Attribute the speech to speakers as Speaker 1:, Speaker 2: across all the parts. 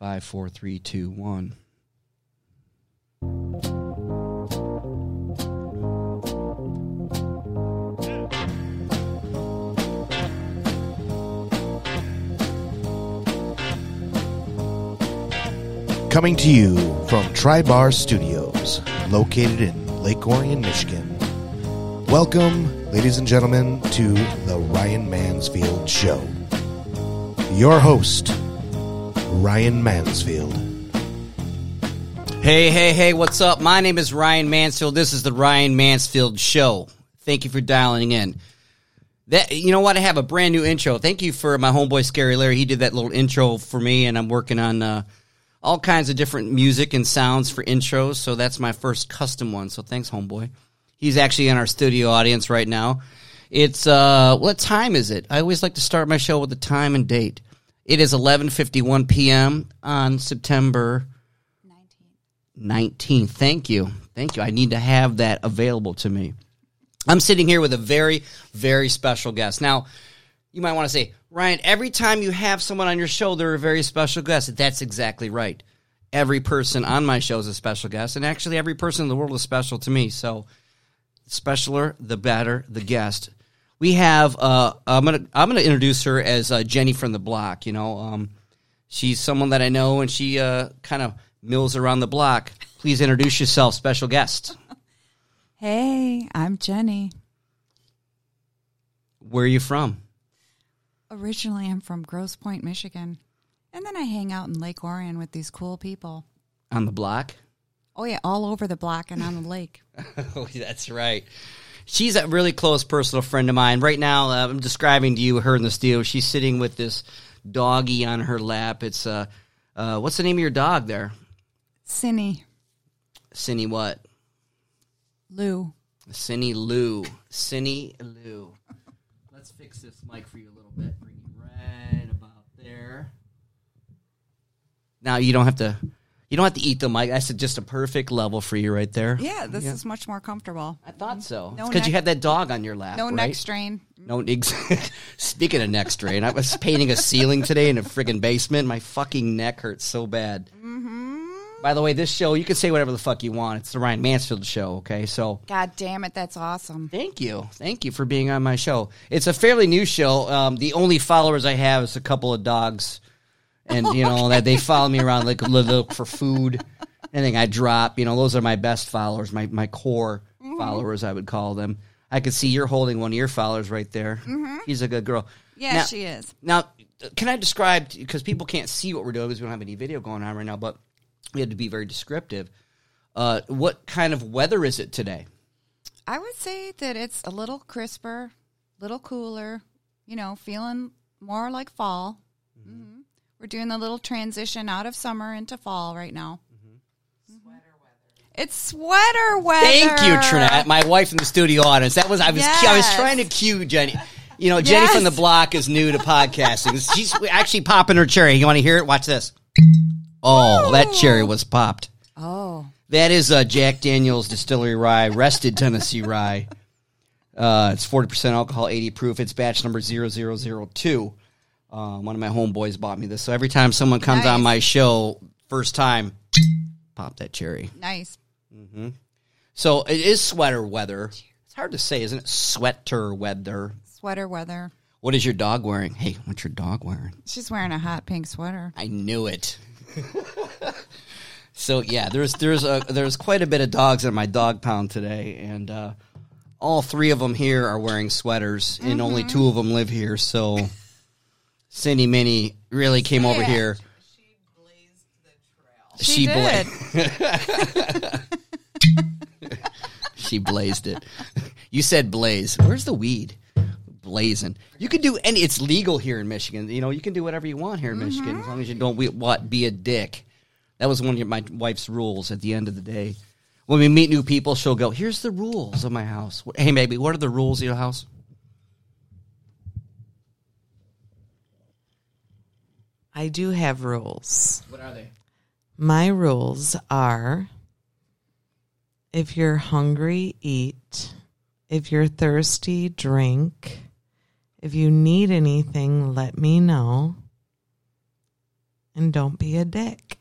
Speaker 1: Five, four, three, two, one.
Speaker 2: Coming to you from Tribar Studios, located in Lake Orion, Michigan. Welcome, ladies and gentlemen, to the Ryan Mansfield Show. Your host, Ryan Mansfield.
Speaker 1: Hey, hey, hey, what's up? My name is Ryan Mansfield. This is the Ryan Mansfield Show. Thank you for dialing in. That you know what? I have a brand new intro. Thank you for my homeboy Scary Larry. He did that little intro for me, and I'm working on uh, all kinds of different music and sounds for intros. So that's my first custom one. So thanks, homeboy. He's actually in our studio audience right now. It's uh, what time is it? I always like to start my show with the time and date. It is 11:51 p.m. on September 19th. Thank you. Thank you. I need to have that available to me. I'm sitting here with a very, very special guest. Now, you might want to say, Ryan, every time you have someone on your show, they're a very special guest. That's exactly right. Every person on my show is a special guest, and actually, every person in the world is special to me. So, specialer, the better the guest. We have uh, I'm gonna I'm gonna introduce her as uh, Jenny from the block. You know, um, she's someone that I know, and she uh, kind of mills around the block. Please introduce yourself, special guest.
Speaker 3: Hey, I'm Jenny.
Speaker 1: Where are you from?
Speaker 3: Originally, I'm from Grosse Pointe, Michigan. And then I hang out in Lake Orion with these cool people.
Speaker 1: On the block.
Speaker 3: Oh, yeah, all over the block and on the lake.
Speaker 1: Oh, that's right. She's a really close personal friend of mine. Right now, uh, I'm describing to you her in the studio. She's sitting with this doggy on her lap. It's uh, uh, what's the name of your dog there?
Speaker 3: Cinny,
Speaker 1: Cinny what?
Speaker 3: Lou.
Speaker 1: Cinny Lou. Cinny Lou. Let's fix this mic for you a little bit. Bring it right about there. Now you don't have to. You don't have to eat the mic. That's just a perfect level for you right there.
Speaker 3: Yeah, this is much more comfortable.
Speaker 1: I thought so.
Speaker 3: No
Speaker 1: Because you had
Speaker 3: neck-
Speaker 1: that dog on your lap. Uh,
Speaker 3: No
Speaker 1: right?
Speaker 3: neck strain.
Speaker 1: No, ex- speaking of neck strain, I was painting a ceiling today in a friggin' basement. My fucking neck hurts so bad. Mm-hmm. By the way, this show, you can say whatever the fuck you want. It's the Ryan Mansfield show, okay? So
Speaker 3: God damn it, that's awesome.
Speaker 1: thank you. Thank you for being on my show. It's a fairly new show. Um, the only followers I have is a couple of dogs. And, you know, that they follow me around, like, look- look for food, anything I drop. You know, those are my best followers, my, my core
Speaker 3: Mm-hmm.
Speaker 1: followers, I would call them. I could see you're holding one of your followers right there. She's a good girl.
Speaker 3: Mm-hmm. Yeah,
Speaker 1: Now-
Speaker 3: she is.
Speaker 1: now, can I describe because people can't see what we're doing because we don't have any video going on right now, but we had to be very descriptive. Uh, what kind of weather is it today?
Speaker 3: I would say that it's a little crisper, little cooler, you know, feeling more like fall. hmm
Speaker 1: Mm-hmm.
Speaker 3: We're doing the little transition out of summer into fall right now.
Speaker 1: Mm-hmm.
Speaker 3: Mm-hmm. It's sweater weather.
Speaker 1: Thank you, Trinette, my wife in the studio audience. That was I was I was
Speaker 3: Yes.
Speaker 1: trying to cue Jenny. You know, Jenny from the
Speaker 3: Yes.
Speaker 1: block is new to podcasting. She's actually popping her cherry. You want to hear it? Watch this. Oh, that cherry was popped.
Speaker 3: Oh,
Speaker 1: That is uh, Jack Daniel's Distillery Rye, rested Tennessee rye. Uh, it's 40% alcohol, 80 proof. It's batch number 0002. Uh, one of my homeboys bought me this. So every time someone comes on
Speaker 3: Nice.
Speaker 1: my show, first time, pop that cherry.
Speaker 3: nice.
Speaker 1: So it is sweater weather. It's hard to say, isn't it? Sweater weather.
Speaker 3: Sweater weather.
Speaker 1: What is your dog wearing? Hey, what's your dog wearing?
Speaker 3: She's wearing a hot pink sweater.
Speaker 1: I knew it. so yeah, there's there's a there's quite a bit of dogs in my dog pound today, and uh, all three of them here are wearing sweaters, and only two of them live here. So Cindy Minnie really came over
Speaker 3: Yeah.
Speaker 1: here. She blazed the trail. She, bla- she blazed it. You said blaze. Where's the weed? Blazing. You can do any. It's legal here in Michigan. You know, you can do whatever you want here in Michigan as long as you don't we, what be a dick. That was one of my wife's rules. At the end of the day, when we meet new people, she'll go, "Here's the rules of my house. Wh- Hey, baby, what are the rules of your house?"
Speaker 4: I do have rules.
Speaker 1: What are they?
Speaker 4: My rules are if you're hungry, eat. If you're thirsty, drink. If you need anything, let me know. and don't be a dick.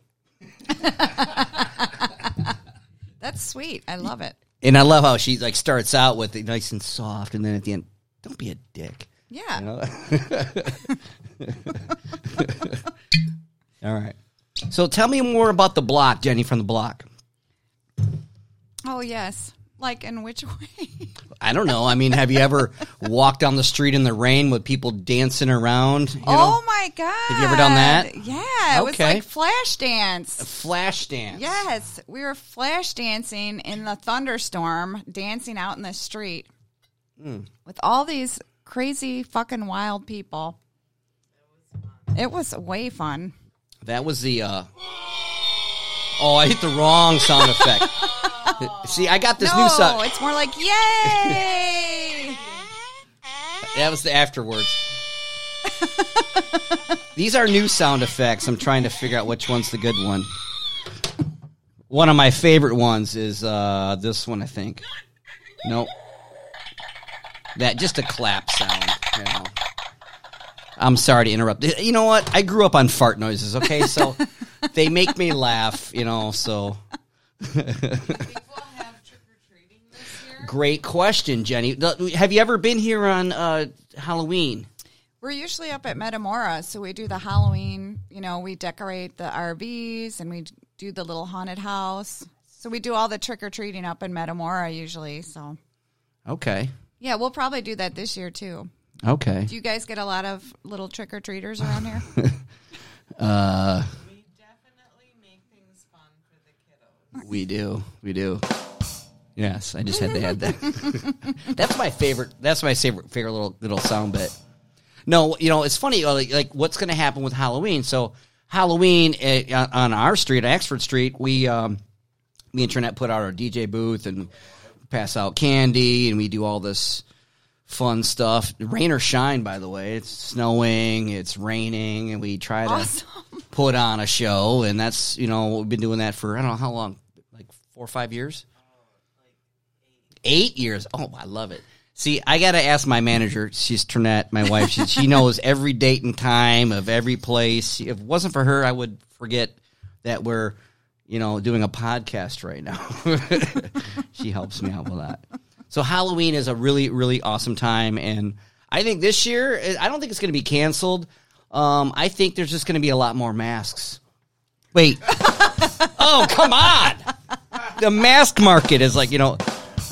Speaker 3: That's sweet. I love it.
Speaker 1: And I love how she like starts out with it nice and soft, and then at the end, don't be a dick.
Speaker 3: Yeah.
Speaker 1: You know? All right. So tell me more about the block, Jenny from the block.
Speaker 3: Oh yes. Like in which way?
Speaker 1: I don't know. I mean, have you ever walked down the street in the rain with people dancing around? You
Speaker 3: oh
Speaker 1: know,
Speaker 3: my god.
Speaker 1: you ever done that?
Speaker 3: Yeah. It was
Speaker 1: Okay.
Speaker 3: like flash dance.
Speaker 1: flash dance.
Speaker 3: Yes, we were flash dancing in the thunderstorm, dancing out in the street with all these crazy fucking wild people. It was way fun.
Speaker 1: That was the. uh Oh, I hit the wrong sound effect. See, I got this
Speaker 3: no,
Speaker 1: new sound.
Speaker 3: it's more like yay!
Speaker 1: That was the afterwards. These are new sound effects. I'm trying to figure out which one's the good one. One of my favorite ones is uh, this one, I think. Nope. That just a clap sound. you know. I'm sorry to interrupt. You know what? I grew up on fart noises. Okay, so they make me laugh. You know, so great question, Jenny. The- Have you ever been here on uh, Halloween?
Speaker 3: We're usually up at Metamora, so we do the Halloween. You know, we decorate the RVs and we do the little haunted house. So we do all the trick or treating up in Metamora usually. So
Speaker 1: Okay.
Speaker 3: yeah, we'll probably do that this year too.
Speaker 1: Okay.
Speaker 3: Do you guys get a lot of little trick or treaters around here?
Speaker 4: We definitely make things fun for the kiddos.
Speaker 1: We do. We do. Yes, I just had to add that. that's my favorite. That's my favorite favorite little little sound bit. No, you know it's funny. uh, Like, like what's going to happen with Halloween? So Halloween eh, on on our street, Oxford Street, we um, the internet put out our DJ booth and pass out candy, and we do all this fun stuff. Rain or shine, by the way, it's snowing, it's raining, and we try to put on a show, and that's you know we've been doing that for I don't know how long, like four or five years. Eight years. Oh, I love it. See, I gotta ask my manager. She's Trinette, my wife. She, she knows every date and time of every place. If it wasn't for her, I would forget that we're, you know, doing a podcast right now. she helps me out with that. So Halloween is a really, really awesome time, and I think this year, I don't think it's going to be canceled. Um, I think there's just going to be a lot more masks. Wait. oh, come on. The mask market is like, you know,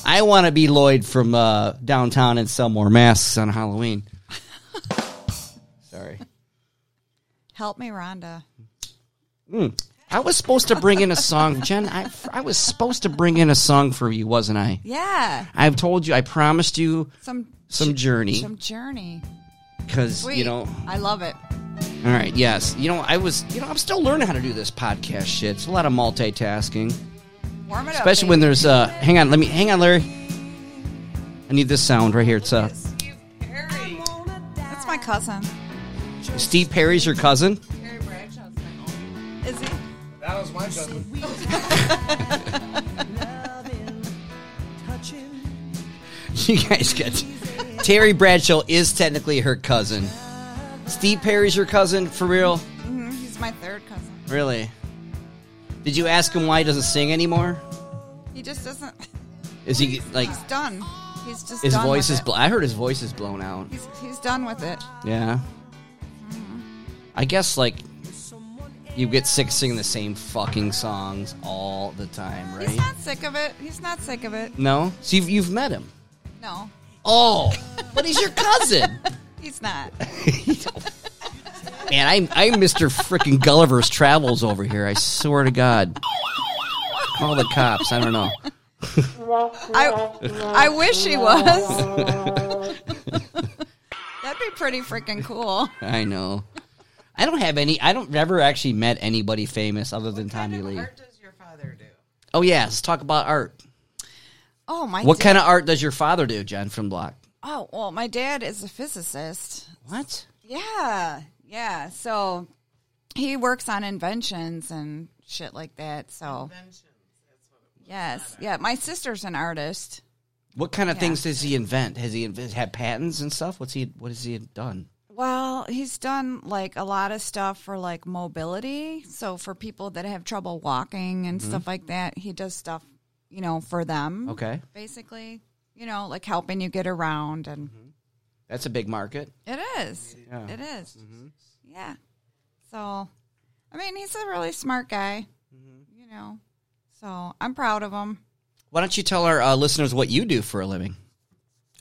Speaker 1: I want to be Lloyd from uh, downtown and sell more masks on Halloween. Sorry.
Speaker 3: Help me, Rhonda.
Speaker 1: Hmm. I was supposed to bring in a song, Jen. I, I was supposed to bring in a song for you, wasn't I?
Speaker 3: Yeah,
Speaker 1: I've told you, I promised you
Speaker 3: some
Speaker 1: some journey
Speaker 3: some journey.
Speaker 1: because,
Speaker 3: Sweet.
Speaker 1: you know,
Speaker 3: I love it.
Speaker 1: all right, yes. You know, I was, you know, I'm still learning how to do this podcast shit. It's a lot of multitasking.
Speaker 3: Warm it up,
Speaker 1: Especially when
Speaker 3: baby.
Speaker 1: there's uh hang on, let me hang on, Larry. I need this sound right here. It's uh
Speaker 4: Steve Perry.
Speaker 3: That's my cousin.
Speaker 1: Steve Perry's your cousin.
Speaker 4: Perry Bradshaw's my own.
Speaker 3: Is he?
Speaker 2: That was my cousin.
Speaker 1: You guys get Terry Bradshaw is technically her cousin. Steve Perry's your cousin for real?
Speaker 3: hmm He's my third cousin.
Speaker 1: Really? Did you ask him why he doesn't sing anymore?
Speaker 3: He just doesn't.
Speaker 1: Is he like
Speaker 3: He's done. He's just
Speaker 1: his
Speaker 3: done
Speaker 1: voice
Speaker 3: with
Speaker 1: is
Speaker 3: it.
Speaker 1: bl- I heard his voice is blown out.
Speaker 3: He's he's done with it.
Speaker 1: Yeah. I guess like you get sick of singing the same fucking songs all the time, right?
Speaker 3: He's not sick of it. He's not sick of it.
Speaker 1: No. So you've, you've met him.
Speaker 3: No,
Speaker 1: Oh, but he's your cousin.
Speaker 3: he's not.
Speaker 1: Man, I'm I'm Mr. Freaking Gulliver's Travels over here. I swear to God. Call the cops. I don't know.
Speaker 3: I I wish he was. That'd be pretty freaking cool.
Speaker 1: I know. I don't have any. I don't ever actually met anybody famous other than Tommy Lee.
Speaker 4: What does your father do?
Speaker 1: Oh yeah, let's talk about art.
Speaker 3: Oh my.
Speaker 1: What
Speaker 3: da-
Speaker 1: kind of art does your father do, John from Block?
Speaker 3: Oh well, my dad is a physicist.
Speaker 1: What?
Speaker 3: Yeah, yeah. So he works on inventions and shit like that. So yes, yeah. My sister's an artist.
Speaker 1: What kind of things does he invent? Has he inv- had patents and stuff? What's he? What has he done?
Speaker 3: Well, he's done like a lot of stuff for like mobility. So for people that have trouble walking and stuff like that, he does stuff, you know, for them.
Speaker 1: Mm-hmm. Okay,
Speaker 3: Basically, you know, like helping you get around and
Speaker 1: that's a big market.
Speaker 3: it is.
Speaker 1: Yeah.
Speaker 3: It is. Yeah. So I mean, he's a really smart guy. You know. So I'm proud of him.
Speaker 1: Why don't you tell our uh, listeners what you do for a living?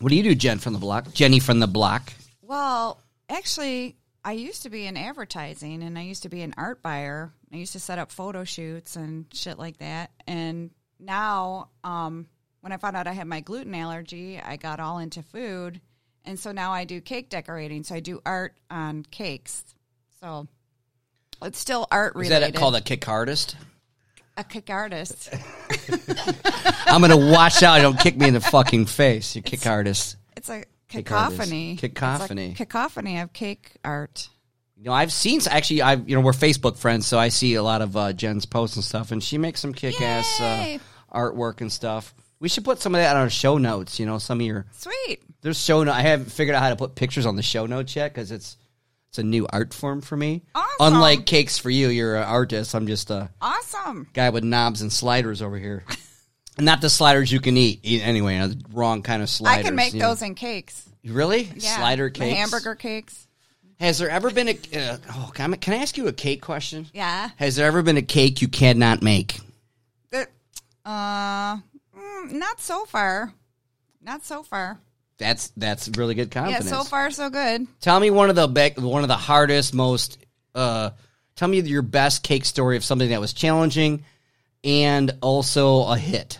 Speaker 1: What do you do, Jen from the block? Jenny from the block.
Speaker 3: Well, actually, I used to be in advertising and I used to be an art buyer. I used to set up photo shoots and shit like that. And now, um, when I found out I had my gluten allergy, I got all into food. And so now I do cake decorating. So I do art on cakes. So it's still art
Speaker 1: Is
Speaker 3: related.
Speaker 1: that called a kick artist?
Speaker 3: a kick artist?
Speaker 1: I'm gonna watch out. Don't kick me in the fucking face, you kick artist.
Speaker 3: It's a
Speaker 1: Kick artist.
Speaker 3: cacophony. It's like
Speaker 1: Cacophony.
Speaker 3: cacophony of cake art.
Speaker 1: You know, I've seen actually. I have you know we're Facebook friends, so I see a lot of uh, Jen's posts and stuff, and she makes some kick ass uh,
Speaker 3: Yay!
Speaker 1: artwork and stuff. We should put some of that on our show notes. You know, some of your
Speaker 3: Sweet.
Speaker 1: there's show. No- I haven't figured out how to put pictures on the show notes yet because it's it's a new art form for me.
Speaker 3: Awesome.
Speaker 1: Unlike cakes for you, you're an artist. I'm just a
Speaker 3: Awesome.
Speaker 1: guy with knobs and sliders over here. Not the sliders you can eat. eat anyway, the wrong kind of sliders.
Speaker 3: I can make
Speaker 1: you know.
Speaker 3: those in cakes.
Speaker 1: Really?
Speaker 3: Yeah.
Speaker 1: Slider
Speaker 3: The
Speaker 1: cakes.
Speaker 3: hamburger cakes.
Speaker 1: Has there ever been a? Uh, oh, can I, can I ask you a cake question?
Speaker 3: Yeah.
Speaker 1: Has there ever been a cake you cannot make?
Speaker 3: The- uh, mm, not so far. Not so far.
Speaker 1: That's that's really good confidence.
Speaker 3: Yeah, so far so good.
Speaker 1: Tell me one of the be- one of the hardest, most. Uh, tell me your best cake story of something that was challenging, and also a hit.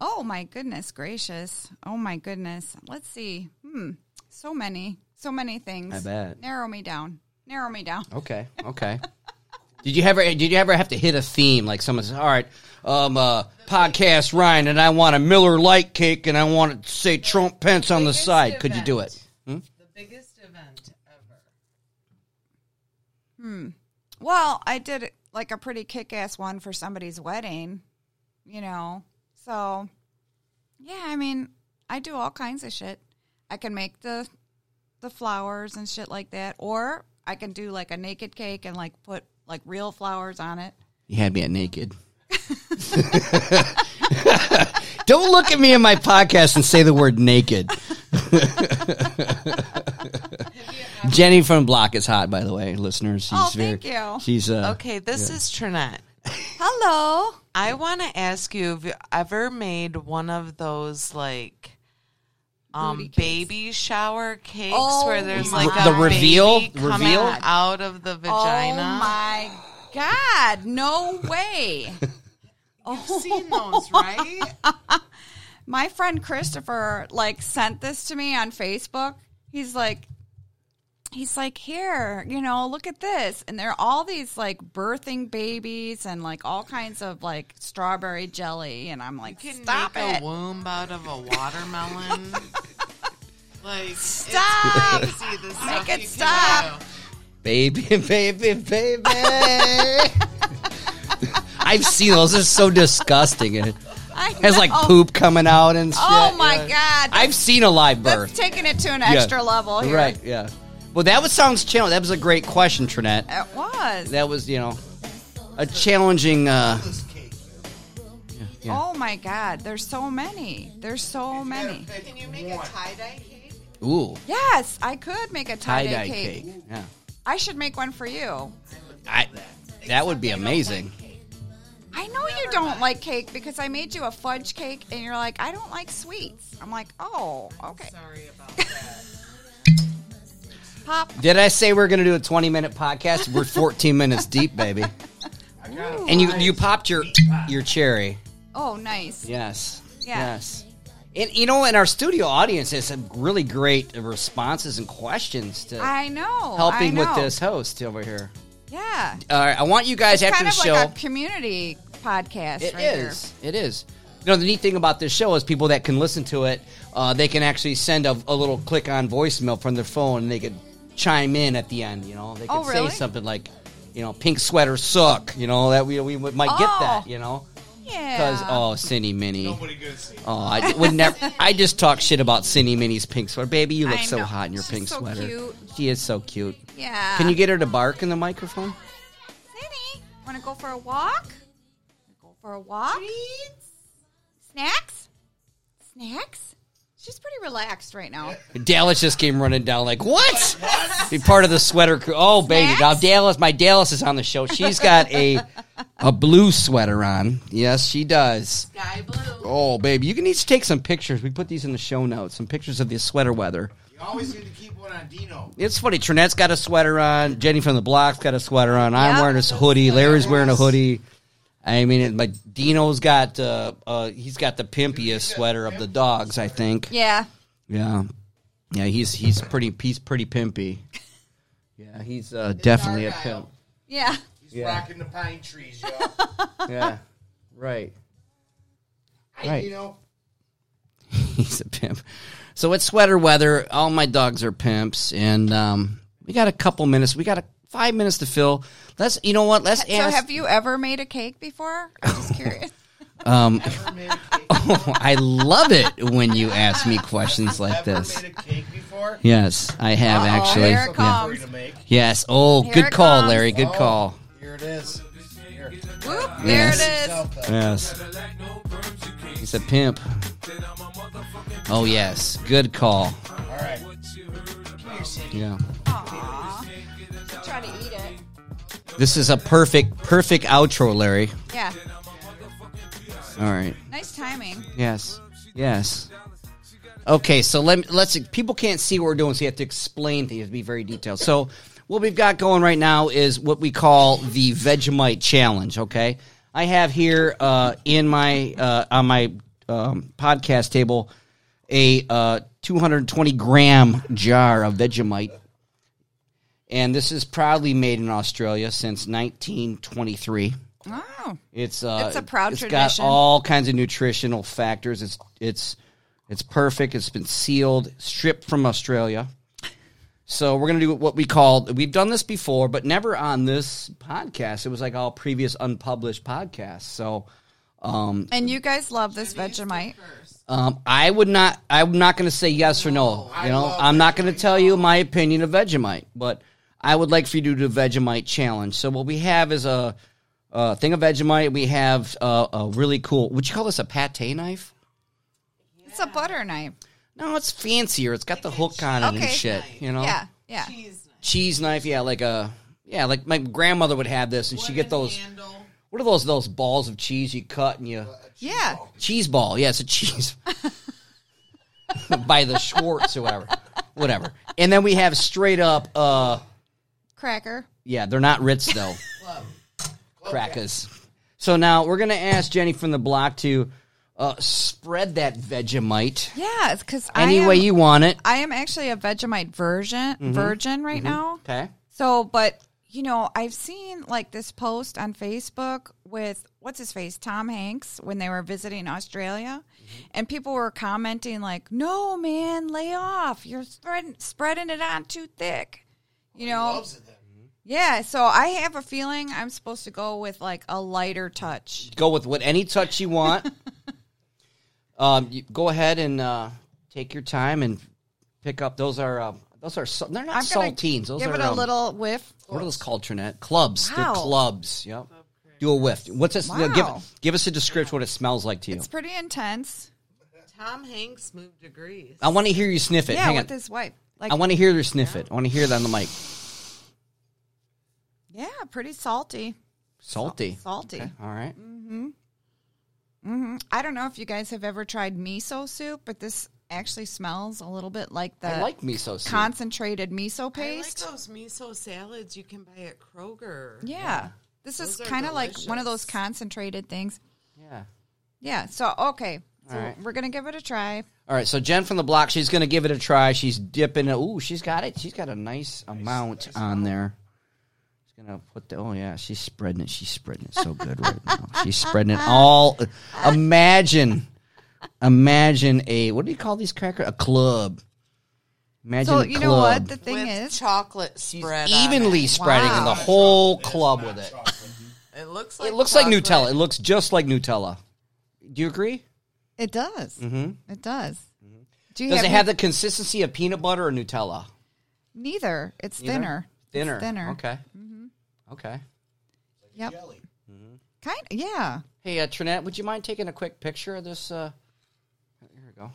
Speaker 3: Oh my goodness gracious. Oh my goodness. Let's see. Hmm. So many. So many things.
Speaker 1: I bet.
Speaker 3: Narrow me down. Narrow me down.
Speaker 1: Okay. Okay. did you ever did you ever have to hit a theme like someone says, "All right, um, uh, podcast Ryan, and I want a Miller Light cake, and I want to say Trump Pence on the
Speaker 4: Biggest
Speaker 1: side." Could you do
Speaker 4: event.
Speaker 1: it?
Speaker 4: The biggest event ever.
Speaker 3: Well, I did like a pretty kick ass one for somebody's wedding, you know. So, yeah, I mean, I do all kinds of shit. I can make the the flowers and shit like that, or I can do like a naked cake and like put like real flowers on it.
Speaker 1: You had me at naked. Don't look at me in my podcast and say the word naked. Jenny from Block is hot, by the way, listeners. She's
Speaker 3: Oh,
Speaker 1: very,
Speaker 3: thank you.
Speaker 1: She's uh,
Speaker 4: Okay, this is Trinette.
Speaker 3: Hello.
Speaker 4: I want to ask you: Have you ever made one of those like? Um, baby shower cakes
Speaker 3: Oh
Speaker 4: where there's
Speaker 3: my
Speaker 4: like
Speaker 1: The
Speaker 4: a
Speaker 1: reveal?
Speaker 4: baby coming
Speaker 1: Reveal?
Speaker 4: out of the
Speaker 3: Oh
Speaker 4: vagina.
Speaker 3: my god! No way.
Speaker 4: You've seen those, right?
Speaker 3: my friend Christopher like sent this to me on Facebook. He's like he's like, "Here, you know, look at this." And there are all these like birthing babies and like all kinds of like strawberry jelly and I'm like,
Speaker 4: You can
Speaker 3: "Stop
Speaker 4: make
Speaker 3: it."
Speaker 4: a womb out of a watermelon. like
Speaker 3: Stop.
Speaker 4: It's crazy the stuff
Speaker 3: Make it
Speaker 4: you can
Speaker 3: stop.
Speaker 4: do.
Speaker 1: baby, baby, baby. I've seen those. It's so disgusting. And it
Speaker 3: I
Speaker 1: has like
Speaker 3: know.
Speaker 1: poop coming out and shit.
Speaker 3: Oh my
Speaker 1: yeah.
Speaker 3: god.
Speaker 1: I've seen a live birth.
Speaker 3: That's taking it to an
Speaker 1: Yeah.
Speaker 3: extra level here.
Speaker 1: Right, yeah. Well, that was sounds challenging. That was a great question, Trinette.
Speaker 3: It was.
Speaker 1: That was, you know, a challenging. Uh, yeah.
Speaker 3: Oh my god, there's so many. There's so many.
Speaker 4: Can you make a tie dye cake?
Speaker 1: ooh,
Speaker 3: Yes, I could make a
Speaker 1: tie
Speaker 3: tie-dye,
Speaker 1: dye
Speaker 3: cake.
Speaker 1: cake. Yeah,
Speaker 3: I should make one for you.
Speaker 1: I, that would be amazing.
Speaker 3: I know you don't like cake because I made you a fudge cake and you're like, I don't like sweets. I'm like, oh, okay.
Speaker 4: Sorry about that.
Speaker 3: Pop.
Speaker 1: Did I say we're gonna do a twenty minute podcast? We're fourteen minutes deep, baby. And you you popped your your cherry.
Speaker 3: Oh, nice.
Speaker 1: Yes.
Speaker 3: Yeah.
Speaker 1: Yes. And you know, in our studio audience has some really great responses and questions to
Speaker 3: I know.
Speaker 1: helping
Speaker 3: I
Speaker 1: with
Speaker 3: know.
Speaker 1: this host over here.
Speaker 3: Yeah.
Speaker 1: All right, I want you guys after
Speaker 3: kind of
Speaker 1: the show.
Speaker 3: like a community podcast
Speaker 1: It
Speaker 3: right
Speaker 1: is. It is. You know, the neat thing about this show is people that can listen to it, uh, they can actually send a, a little click on voicemail from their phone and they could chime in at the end. You know, they could
Speaker 3: Oh, really?
Speaker 1: say something like, you know, pink sweaters suck. You know, that we, we might get
Speaker 3: Oh.
Speaker 1: that, you know. Because
Speaker 3: Yeah.
Speaker 1: oh, Cindy Mini.
Speaker 5: Nobody could see.
Speaker 1: Oh, I would never. I just talk shit about Cindy Minnie's pink sweater. Baby, you look
Speaker 3: I
Speaker 1: so
Speaker 3: know.
Speaker 1: hot in your
Speaker 3: She's
Speaker 1: pink
Speaker 3: so
Speaker 1: sweater.
Speaker 3: cute.
Speaker 1: She is so cute.
Speaker 3: Yeah.
Speaker 1: Can you get her to bark in the microphone?
Speaker 3: Cindy, want to go for a walk? Go for a walk. Snacks? Snacks? She's pretty relaxed right now.
Speaker 1: Dallas just came running down like, what? Be part of the sweater crew. Oh, baby. Now,
Speaker 3: Snacks?
Speaker 1: Dallas, my Dallas is on the show. She's got a a blue sweater on. Yes, she does.
Speaker 4: Sky blue.
Speaker 1: Oh, baby. You can each take some pictures. We put these in the show notes. Some pictures of the sweater weather.
Speaker 5: You always need to keep one on Dino.
Speaker 1: It's funny. Trinette's got a sweater on. Jenny from the block's got a sweater on. I'm
Speaker 3: Yep.
Speaker 1: wearing a hoodie. Larry's wearing a hoodie. I mean, it, my Dino's got uh, uh, he's got the pimpiest sweater of the dogs. I think.
Speaker 3: Yeah.
Speaker 1: Yeah, yeah. He's he's pretty he's pretty pimpy. Yeah, he's uh, definitely a pimp.
Speaker 5: Argyle.
Speaker 3: Yeah.
Speaker 5: He's
Speaker 1: Yeah.
Speaker 5: rocking the pine trees, yo.
Speaker 1: Yeah, right.
Speaker 5: Hey,
Speaker 1: Right.
Speaker 5: Dino.
Speaker 1: He's a pimp. So it's sweater weather. All my dogs are pimps, and um, we got a couple minutes. We got a five minutes to fill. Let's. You know what? Let's
Speaker 3: So
Speaker 1: ask.
Speaker 3: have you ever made a cake before? I'm just curious.
Speaker 5: Ever made a cake?
Speaker 1: Oh, I love it when you ask me questions like
Speaker 5: Ever
Speaker 1: this.
Speaker 5: made a cake before?
Speaker 1: Yes, I have
Speaker 3: Uh-oh,
Speaker 1: actually.
Speaker 3: here it
Speaker 1: Yeah.
Speaker 5: Free
Speaker 3: comes.
Speaker 5: to make.
Speaker 1: Yes. Oh,
Speaker 3: Here
Speaker 1: good
Speaker 3: it
Speaker 1: call,
Speaker 3: comes.
Speaker 1: Larry. Good
Speaker 5: Oh,
Speaker 1: call.
Speaker 5: Here it is. Here.
Speaker 3: Whoop,
Speaker 1: Yes.
Speaker 3: there it is.
Speaker 1: Yes. He's a pimp. Oh yes, good call.
Speaker 5: All right. Come here, Cindy.
Speaker 1: Yeah.
Speaker 3: Aw. Try to eat it.
Speaker 1: This is a perfect, perfect outro, Larry.
Speaker 3: Yeah.
Speaker 1: All right.
Speaker 3: Nice timing.
Speaker 1: Yes. Yes. Okay, so let let's people can't see what we're doing, so you have to explain things, be very detailed. So what we've got going right now is what we call the Vegemite challenge. Okay, I have here uh, in my uh, on my um, podcast table a uh, 220 gram jar of Vegemite, and this is proudly made in Australia since 1923.
Speaker 3: Oh.
Speaker 1: It's uh,
Speaker 3: It's a proud
Speaker 1: it's got
Speaker 3: tradition.
Speaker 1: all kinds of nutritional factors. It's it's it's perfect. It's been sealed, stripped from Australia. So we're gonna do what we call. We've done this before, but never on this podcast. It was like all previous unpublished podcasts. So
Speaker 3: And you guys love this Vegemite.
Speaker 1: um, I would not. I'm not gonna say yes or no.
Speaker 3: Oh,
Speaker 1: You know, I'm not gonna tell you my opinion of Vegemite, but I would like for you to do the Vegemite challenge. So what we have is a, a thing of Vegemite. We have uh, a really cool. Would you call this a pate knife?
Speaker 3: It's a butter knife.
Speaker 1: No, it's fancier. It's got the hook on it and
Speaker 3: Okay.
Speaker 1: shit. You know,
Speaker 3: Yeah. Yeah.
Speaker 4: Cheese knife.
Speaker 1: cheese knife. Yeah, like a yeah, like my grandmother would have this, and she get those.
Speaker 4: Handle.
Speaker 1: What are those? Those balls of cheese you cut and you
Speaker 3: Yeah.
Speaker 1: cheese ball. Yeah, it's a cheese by the Schwartz or whatever, whatever. And then we have straight up. uh
Speaker 3: Cracker.
Speaker 1: Yeah, they're not Ritz though. Crackers. So now we're gonna ask Jenny from the block to uh spread that Vegemite
Speaker 3: Yeah, it's because I
Speaker 1: any
Speaker 3: am,
Speaker 1: way you Mm-hmm. want it.
Speaker 3: I am actually a Vegemite virgin virgin right now.
Speaker 1: Okay.
Speaker 3: So, but you know, I've seen like this post on Facebook with what's his face, Tom Hanks, when they were visiting Australia,
Speaker 5: Mm-hmm.
Speaker 3: and people were commenting like, "No, man, lay off! You're spreading spreading it on too thick." You know,
Speaker 5: Loves it then.
Speaker 1: Mm-hmm.
Speaker 3: yeah. So I have a feeling I'm supposed to go with like a lighter touch.
Speaker 1: go with what any touch you want. um, you go ahead and uh, take your time and pick up. Those are um, those are sal- they're not
Speaker 3: I'm gonna
Speaker 1: saltines. Those
Speaker 3: give
Speaker 1: are
Speaker 3: it a
Speaker 1: um,
Speaker 3: little whiff.
Speaker 1: What are those called, Trinette? Clubs. They're
Speaker 3: Wow.
Speaker 1: clubs. Yep. Do a whiff. What's this? no, give
Speaker 3: Wow.
Speaker 1: give us a description what it smells like to you.
Speaker 3: It's pretty intense.
Speaker 4: Tom Hanks moved to Greece.
Speaker 1: I want to hear you sniff it.
Speaker 3: Yeah,
Speaker 1: Hang
Speaker 3: with
Speaker 1: on.
Speaker 3: his wife. Like,
Speaker 1: I want to hear you sniff it. I want to hear that on the mic.
Speaker 3: yeah, pretty salty.
Speaker 1: Salty.
Speaker 3: Salty.
Speaker 1: Okay, All right.
Speaker 3: Mm. I don't know if you guys have ever tried miso soup, but this actually smells a little bit like the
Speaker 1: I like miso soup.
Speaker 3: concentrated miso
Speaker 4: I like
Speaker 3: paste.
Speaker 4: those miso salads you can buy at Kroger.
Speaker 3: yeah. This is
Speaker 4: Those are
Speaker 3: kind of like one of those
Speaker 4: delicious.
Speaker 3: concentrated things.
Speaker 1: yeah.
Speaker 3: Yeah. So, okay. So,
Speaker 1: All right.
Speaker 3: we're going to give it a try.
Speaker 1: All right, so Jen from the block, she's going to give it a try. She's dipping it. Ooh, she's got it. She's got a nice amount on there. She's going to put the. Oh yeah, she's spreading it. She's spreading it so good right now. She's spreading it all. Imagine, imagine a what do you call these crackers? A club. Imagine
Speaker 3: So,
Speaker 1: a
Speaker 3: you know
Speaker 1: club.
Speaker 3: what the thing
Speaker 4: With
Speaker 3: is?
Speaker 4: chocolate spread. on
Speaker 1: Evenly
Speaker 4: it.
Speaker 1: spreading in the whole club with it.
Speaker 4: It looks like
Speaker 1: It looks like
Speaker 4: chocolate.
Speaker 1: Nutella. It looks just like Nutella. Do you agree?
Speaker 3: It does. It does. Do
Speaker 1: Mm-hmm.
Speaker 3: you
Speaker 1: Does
Speaker 3: have
Speaker 1: it have the consistency of peanut butter or Nutella?
Speaker 3: neither? It's
Speaker 1: Neither?
Speaker 3: thinner. It's
Speaker 1: Thinner.
Speaker 3: thinner. Mm-hmm.
Speaker 1: Okay. Okay.
Speaker 3: Yep. Kind. Yeah.
Speaker 1: Hey, uh, Trinette, would you mind taking a quick picture of this? Uh, here we go.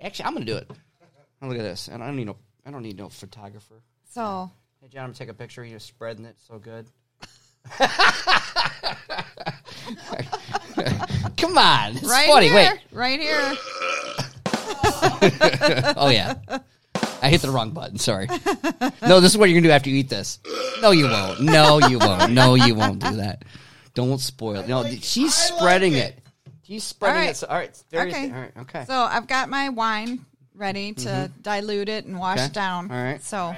Speaker 1: Actually, I'm gonna do it. Now look at this. And I don't need no. I don't need no photographer.
Speaker 3: So
Speaker 1: Hey, John, I'm gonna take a picture. You're spreading it so good. Come on, it's
Speaker 3: right
Speaker 1: funny.
Speaker 3: here,
Speaker 1: Wait.
Speaker 3: right here.
Speaker 1: Oh yeah, I hit the wrong button. Sorry. No, this is what you're gonna do after you eat this. No, you won't. No, you won't. No, you won't do that. Don't spoil. it. No, she's
Speaker 5: I like
Speaker 1: spreading
Speaker 5: it.
Speaker 1: it. She's spreading
Speaker 3: All right.
Speaker 1: it. So, all right. There you-
Speaker 3: Okay.
Speaker 1: All right. Okay. Mm-hmm.
Speaker 3: So I've got my wine ready to dilute it and wash
Speaker 1: Okay.
Speaker 3: down.
Speaker 1: All right.
Speaker 3: So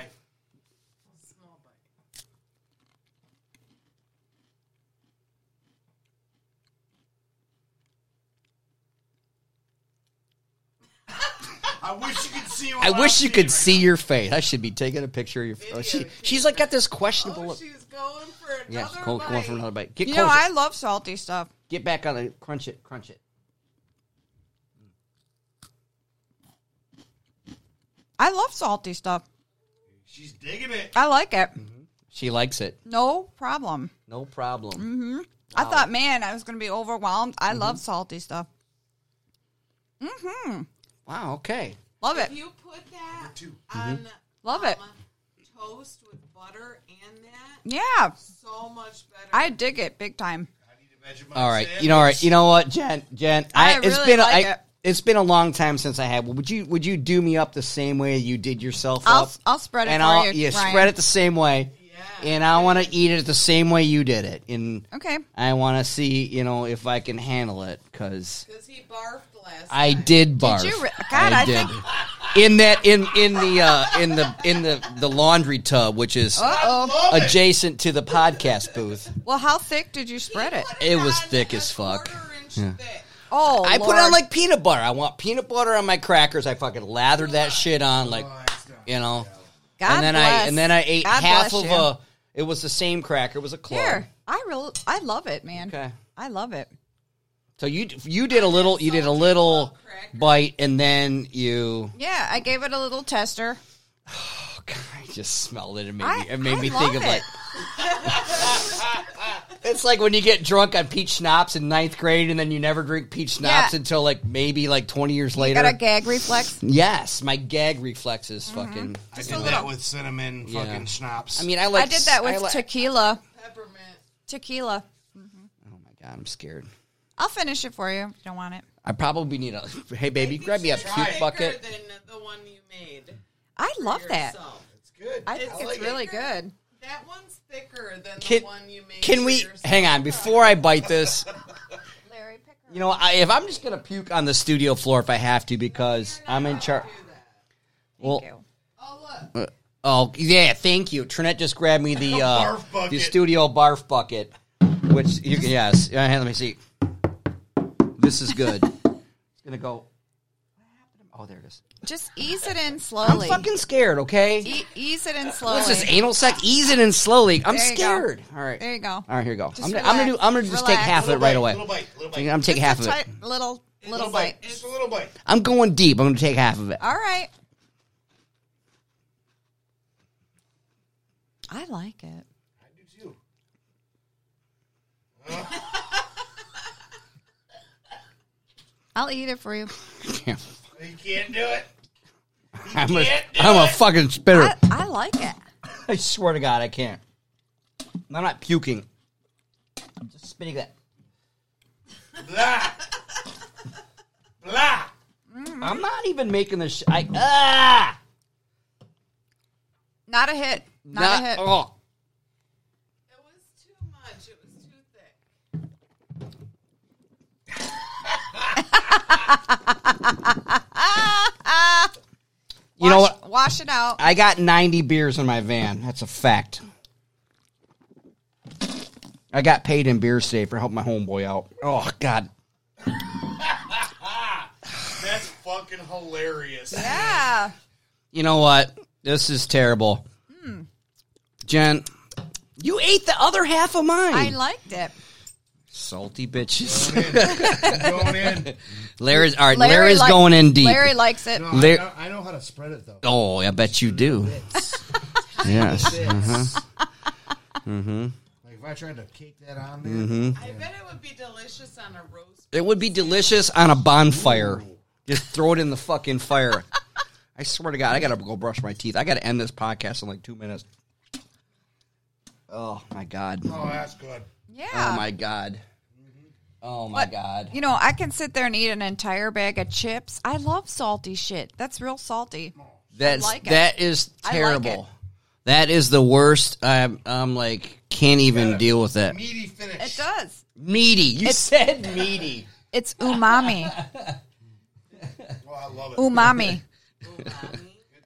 Speaker 5: I wish you could see.
Speaker 1: I
Speaker 5: what
Speaker 1: wish
Speaker 5: I'm
Speaker 1: you could
Speaker 5: seeing
Speaker 1: see your face. I should be taking a picture of your face. She, she's like got this questionable look.
Speaker 4: Oh, she's going for another
Speaker 1: Yeah, she's going, going for another bite. Get
Speaker 3: you
Speaker 1: closer.
Speaker 3: know I love salty stuff.
Speaker 1: Get back on it. Crunch it. Crunch it.
Speaker 3: I love salty stuff.
Speaker 5: right She's digging it.
Speaker 3: I like it.
Speaker 1: Mm-hmm. She likes it.
Speaker 3: No problem.
Speaker 1: No problem.
Speaker 3: I thought, man, I was going to be overwhelmed.
Speaker 1: Mm-hmm.
Speaker 3: I love salty stuff.
Speaker 1: Wow. Okay.
Speaker 3: Love it.
Speaker 4: If you put that on
Speaker 1: Mm-hmm.
Speaker 3: Love it.
Speaker 4: um, toast with butter and that,
Speaker 3: Yeah.
Speaker 4: so much better.
Speaker 3: I dig it big time.
Speaker 5: I need to measure my
Speaker 1: All right.
Speaker 5: sandwich.
Speaker 1: You know. All right. You know what, Jen? Jen,
Speaker 3: I
Speaker 1: it's
Speaker 3: really
Speaker 1: been a-
Speaker 3: like
Speaker 1: I-
Speaker 3: it.
Speaker 1: it's been a long time since I had. Would you Would you do me up the same way you did yourself
Speaker 3: I'll,
Speaker 1: up?
Speaker 3: I'll spread it
Speaker 1: and
Speaker 3: for
Speaker 1: I'll
Speaker 3: you. Ryan.
Speaker 1: spread it the same way.
Speaker 4: Yeah.
Speaker 1: And I want to eat it the same way you did it. And
Speaker 3: Okay.
Speaker 1: I want to see you know if I can handle it because.
Speaker 4: Because he barfed last
Speaker 1: I did barf.
Speaker 3: you re- God, I think-
Speaker 1: in that in in the uh, in the in the the laundry tub, which is
Speaker 3: Oh. Uh-oh.
Speaker 5: Love it.
Speaker 1: adjacent to the podcast booth.
Speaker 3: Well, how thick did you spread it?
Speaker 1: It was thick as fuck.
Speaker 3: Oh,
Speaker 1: I put
Speaker 3: Lord.
Speaker 1: on like peanut butter. I want peanut butter on my crackers. I fucking lathered that shit on like you know,
Speaker 3: God
Speaker 1: and then
Speaker 3: bless.
Speaker 1: I and then I ate
Speaker 3: God
Speaker 1: half
Speaker 3: bless
Speaker 1: of
Speaker 3: you.
Speaker 1: a. It was the same cracker. It was a club.
Speaker 3: Here, I real I love it, man.
Speaker 1: Okay.
Speaker 3: I love it.
Speaker 1: So you you did a little you did a little bite and then you
Speaker 3: Yeah, I gave it a little tester.
Speaker 1: oh God, I just smelled it and made
Speaker 3: I-
Speaker 1: me, it made
Speaker 3: I
Speaker 1: me
Speaker 3: love
Speaker 1: think of
Speaker 3: it.
Speaker 1: like It's like when you get drunk on peach schnapps in ninth grade, and then you never drink peach schnapps
Speaker 3: Yeah.
Speaker 1: until like maybe like twenty years later.
Speaker 3: Got a gag reflex.
Speaker 1: yes, my gag reflex is
Speaker 3: Mm-hmm.
Speaker 1: fucking.
Speaker 5: I did that with cinnamon
Speaker 1: Yeah.
Speaker 5: fucking schnapps.
Speaker 1: I mean, I like.
Speaker 3: I did that with
Speaker 1: I like-
Speaker 3: tequila.
Speaker 4: Peppermint.
Speaker 3: Tequila.
Speaker 1: oh my god, I'm scared.
Speaker 3: I'll finish it for you. if You don't want it.
Speaker 1: I probably need a. Hey baby, grab me a
Speaker 4: It's
Speaker 1: puke
Speaker 4: bigger
Speaker 1: bucket.
Speaker 4: than the one you made.
Speaker 3: I love that.
Speaker 4: yourself.
Speaker 5: it's good.
Speaker 3: I think
Speaker 5: I
Speaker 3: it's
Speaker 5: like it.
Speaker 3: really good.
Speaker 4: That one's thicker than
Speaker 1: Can,
Speaker 4: the one you made.
Speaker 1: can
Speaker 4: for
Speaker 1: we
Speaker 4: yourself.
Speaker 1: hang on before I bite this?
Speaker 3: Larry Picker.
Speaker 1: You know, I, if I'm just gonna puke on the studio floor if I have to because I'm in charge. Well,
Speaker 4: Oh look,
Speaker 1: Uh, oh yeah, thank you. Trinette just grabbed me the uh,
Speaker 5: Barf bucket.
Speaker 1: the studio barf bucket, which you can, yes. Uh, hey, let me see. This is good. it's gonna go. Oh, there it is.
Speaker 3: Just ease it in
Speaker 1: I'm
Speaker 3: slowly.
Speaker 1: fucking scared. Okay,
Speaker 3: E- ease it in slowly.
Speaker 1: what's this anal sex? Ease it in slowly. I'm
Speaker 3: There you go.
Speaker 1: scared. All right,
Speaker 3: There you go.
Speaker 1: All right, here you go. I'm gonna,
Speaker 3: relax.
Speaker 1: I'm gonna do. I'm gonna just take
Speaker 3: Relax.
Speaker 1: half of it
Speaker 5: Little
Speaker 1: right
Speaker 5: bite,
Speaker 1: away.
Speaker 5: Little bite, little
Speaker 1: I'm
Speaker 5: bite,
Speaker 1: gonna take
Speaker 3: Just
Speaker 1: half
Speaker 3: a
Speaker 1: of it.
Speaker 3: tight little little
Speaker 5: little bite,
Speaker 3: bite.
Speaker 5: just a little bite.
Speaker 1: I'm going deep. I'm gonna take half of it.
Speaker 3: All right. I like it.
Speaker 5: I do too.
Speaker 3: I'll eat it for you.
Speaker 5: You can't do it.
Speaker 1: I'm a,
Speaker 5: can't do
Speaker 1: I'm a
Speaker 5: it.
Speaker 1: fucking spitter.
Speaker 3: I, I like it.
Speaker 1: I swear to God, I can't. I'm not puking. I'm just spitting that.
Speaker 5: Blah. Blah.
Speaker 1: I'm not even making this. Sh- I ah,
Speaker 3: Not a hit. Not, a hit.
Speaker 1: Oh,
Speaker 4: it was too much. It was too thick.
Speaker 1: you know
Speaker 3: Wash-
Speaker 1: what?
Speaker 3: Wash it out.
Speaker 1: I got 90 beers in my van. That's a fact. I got paid in beers today for helping my homeboy out. Oh God,
Speaker 5: That's fucking hilarious.
Speaker 3: yeah.
Speaker 1: you know what? This is terrible. Hmm. Jen, you ate the other half of mine.
Speaker 3: I liked it.
Speaker 1: Salty bitches.
Speaker 5: Going in.
Speaker 1: Larry's all right. Larry's
Speaker 3: li-
Speaker 1: going in deep.
Speaker 3: Larry likes it.
Speaker 5: No, I
Speaker 1: Lar-
Speaker 5: know- I, know how to spread it though.
Speaker 1: Oh, I bet you do.
Speaker 5: Bits.
Speaker 1: Yes. uh-huh.
Speaker 5: Bits. Mm-hmm. Like if I tried to cake that on there,
Speaker 4: I bet it would be delicious on a roast.
Speaker 1: It would be delicious on a bonfire. Just throw it in the fucking fire. I swear to God, I gotta go brush my teeth. I gotta end this podcast in like two minutes. Oh my God.
Speaker 5: oh, that's good.
Speaker 3: Yeah.
Speaker 1: Oh my God. Oh my God.
Speaker 3: You know, I can sit there and eat an entire bag of chips. I love salty shit. That's real salty.
Speaker 1: That's
Speaker 3: like it.
Speaker 1: that is
Speaker 3: I like
Speaker 1: terrible.
Speaker 3: it.
Speaker 1: That is the worst. I'm I'm like can't even deal with that.
Speaker 5: Meaty finish.
Speaker 3: It does.
Speaker 1: Meaty. You said meaty.
Speaker 3: It's umami.
Speaker 5: Oh, I love it.
Speaker 3: Umami.
Speaker 5: Tastes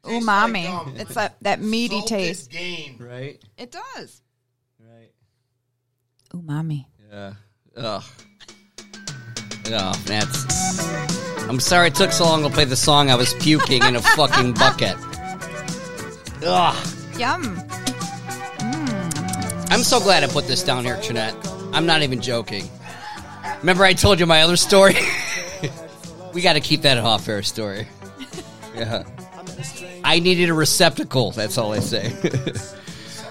Speaker 3: Umami.
Speaker 5: like gum.
Speaker 3: it's that, that meaty
Speaker 5: Salted
Speaker 3: taste.
Speaker 5: Game.
Speaker 1: Right?
Speaker 3: It does.
Speaker 1: Right.
Speaker 3: Umami.
Speaker 1: Yeah. Ugh. Oh, that's. I'm sorry it took so long to play the song. I was puking in a fucking bucket. Ugh.
Speaker 3: Yum.
Speaker 1: I'm so glad I put this down here, Jeanette. I'm not even joking. Remember, I told you my other story? we got to keep that off air story. Yeah. I needed a receptacle. That's all I say.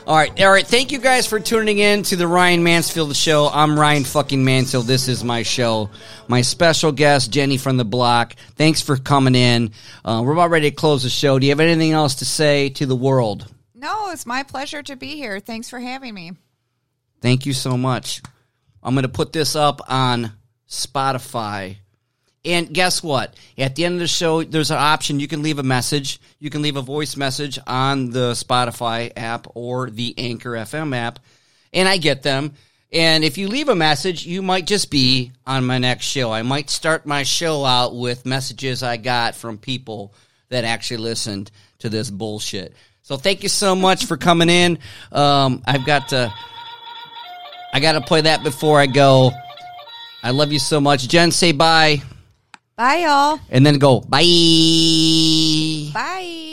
Speaker 1: all right. All right. Thank you guys for tuning in to the Ryan Mansfield Show. I'm Ryan fucking Mansfield. This is my show. My special guest, Jenny from the block. Thanks for coming in. Uh, we're about ready to close the show. Do you have anything else to say to the world?
Speaker 3: No, it's my pleasure to be here. Thanks for having me.
Speaker 1: Thank you so much. I'm going to put this up on Spotify. And guess what? At the end of the show, there's an option. You can leave a message. You can leave a voice message on the Spotify app or the Anchor FM app. And I get them. And if you leave a message, you might just be on my next show. I might start my show out with messages I got from people that actually listened to this bullshit. So thank you so much for coming in. Um, I've got to. I gotta play that before I go. I love you so much. Jen, say bye.
Speaker 3: Bye, y'all.
Speaker 1: And then go, bye.
Speaker 3: Bye.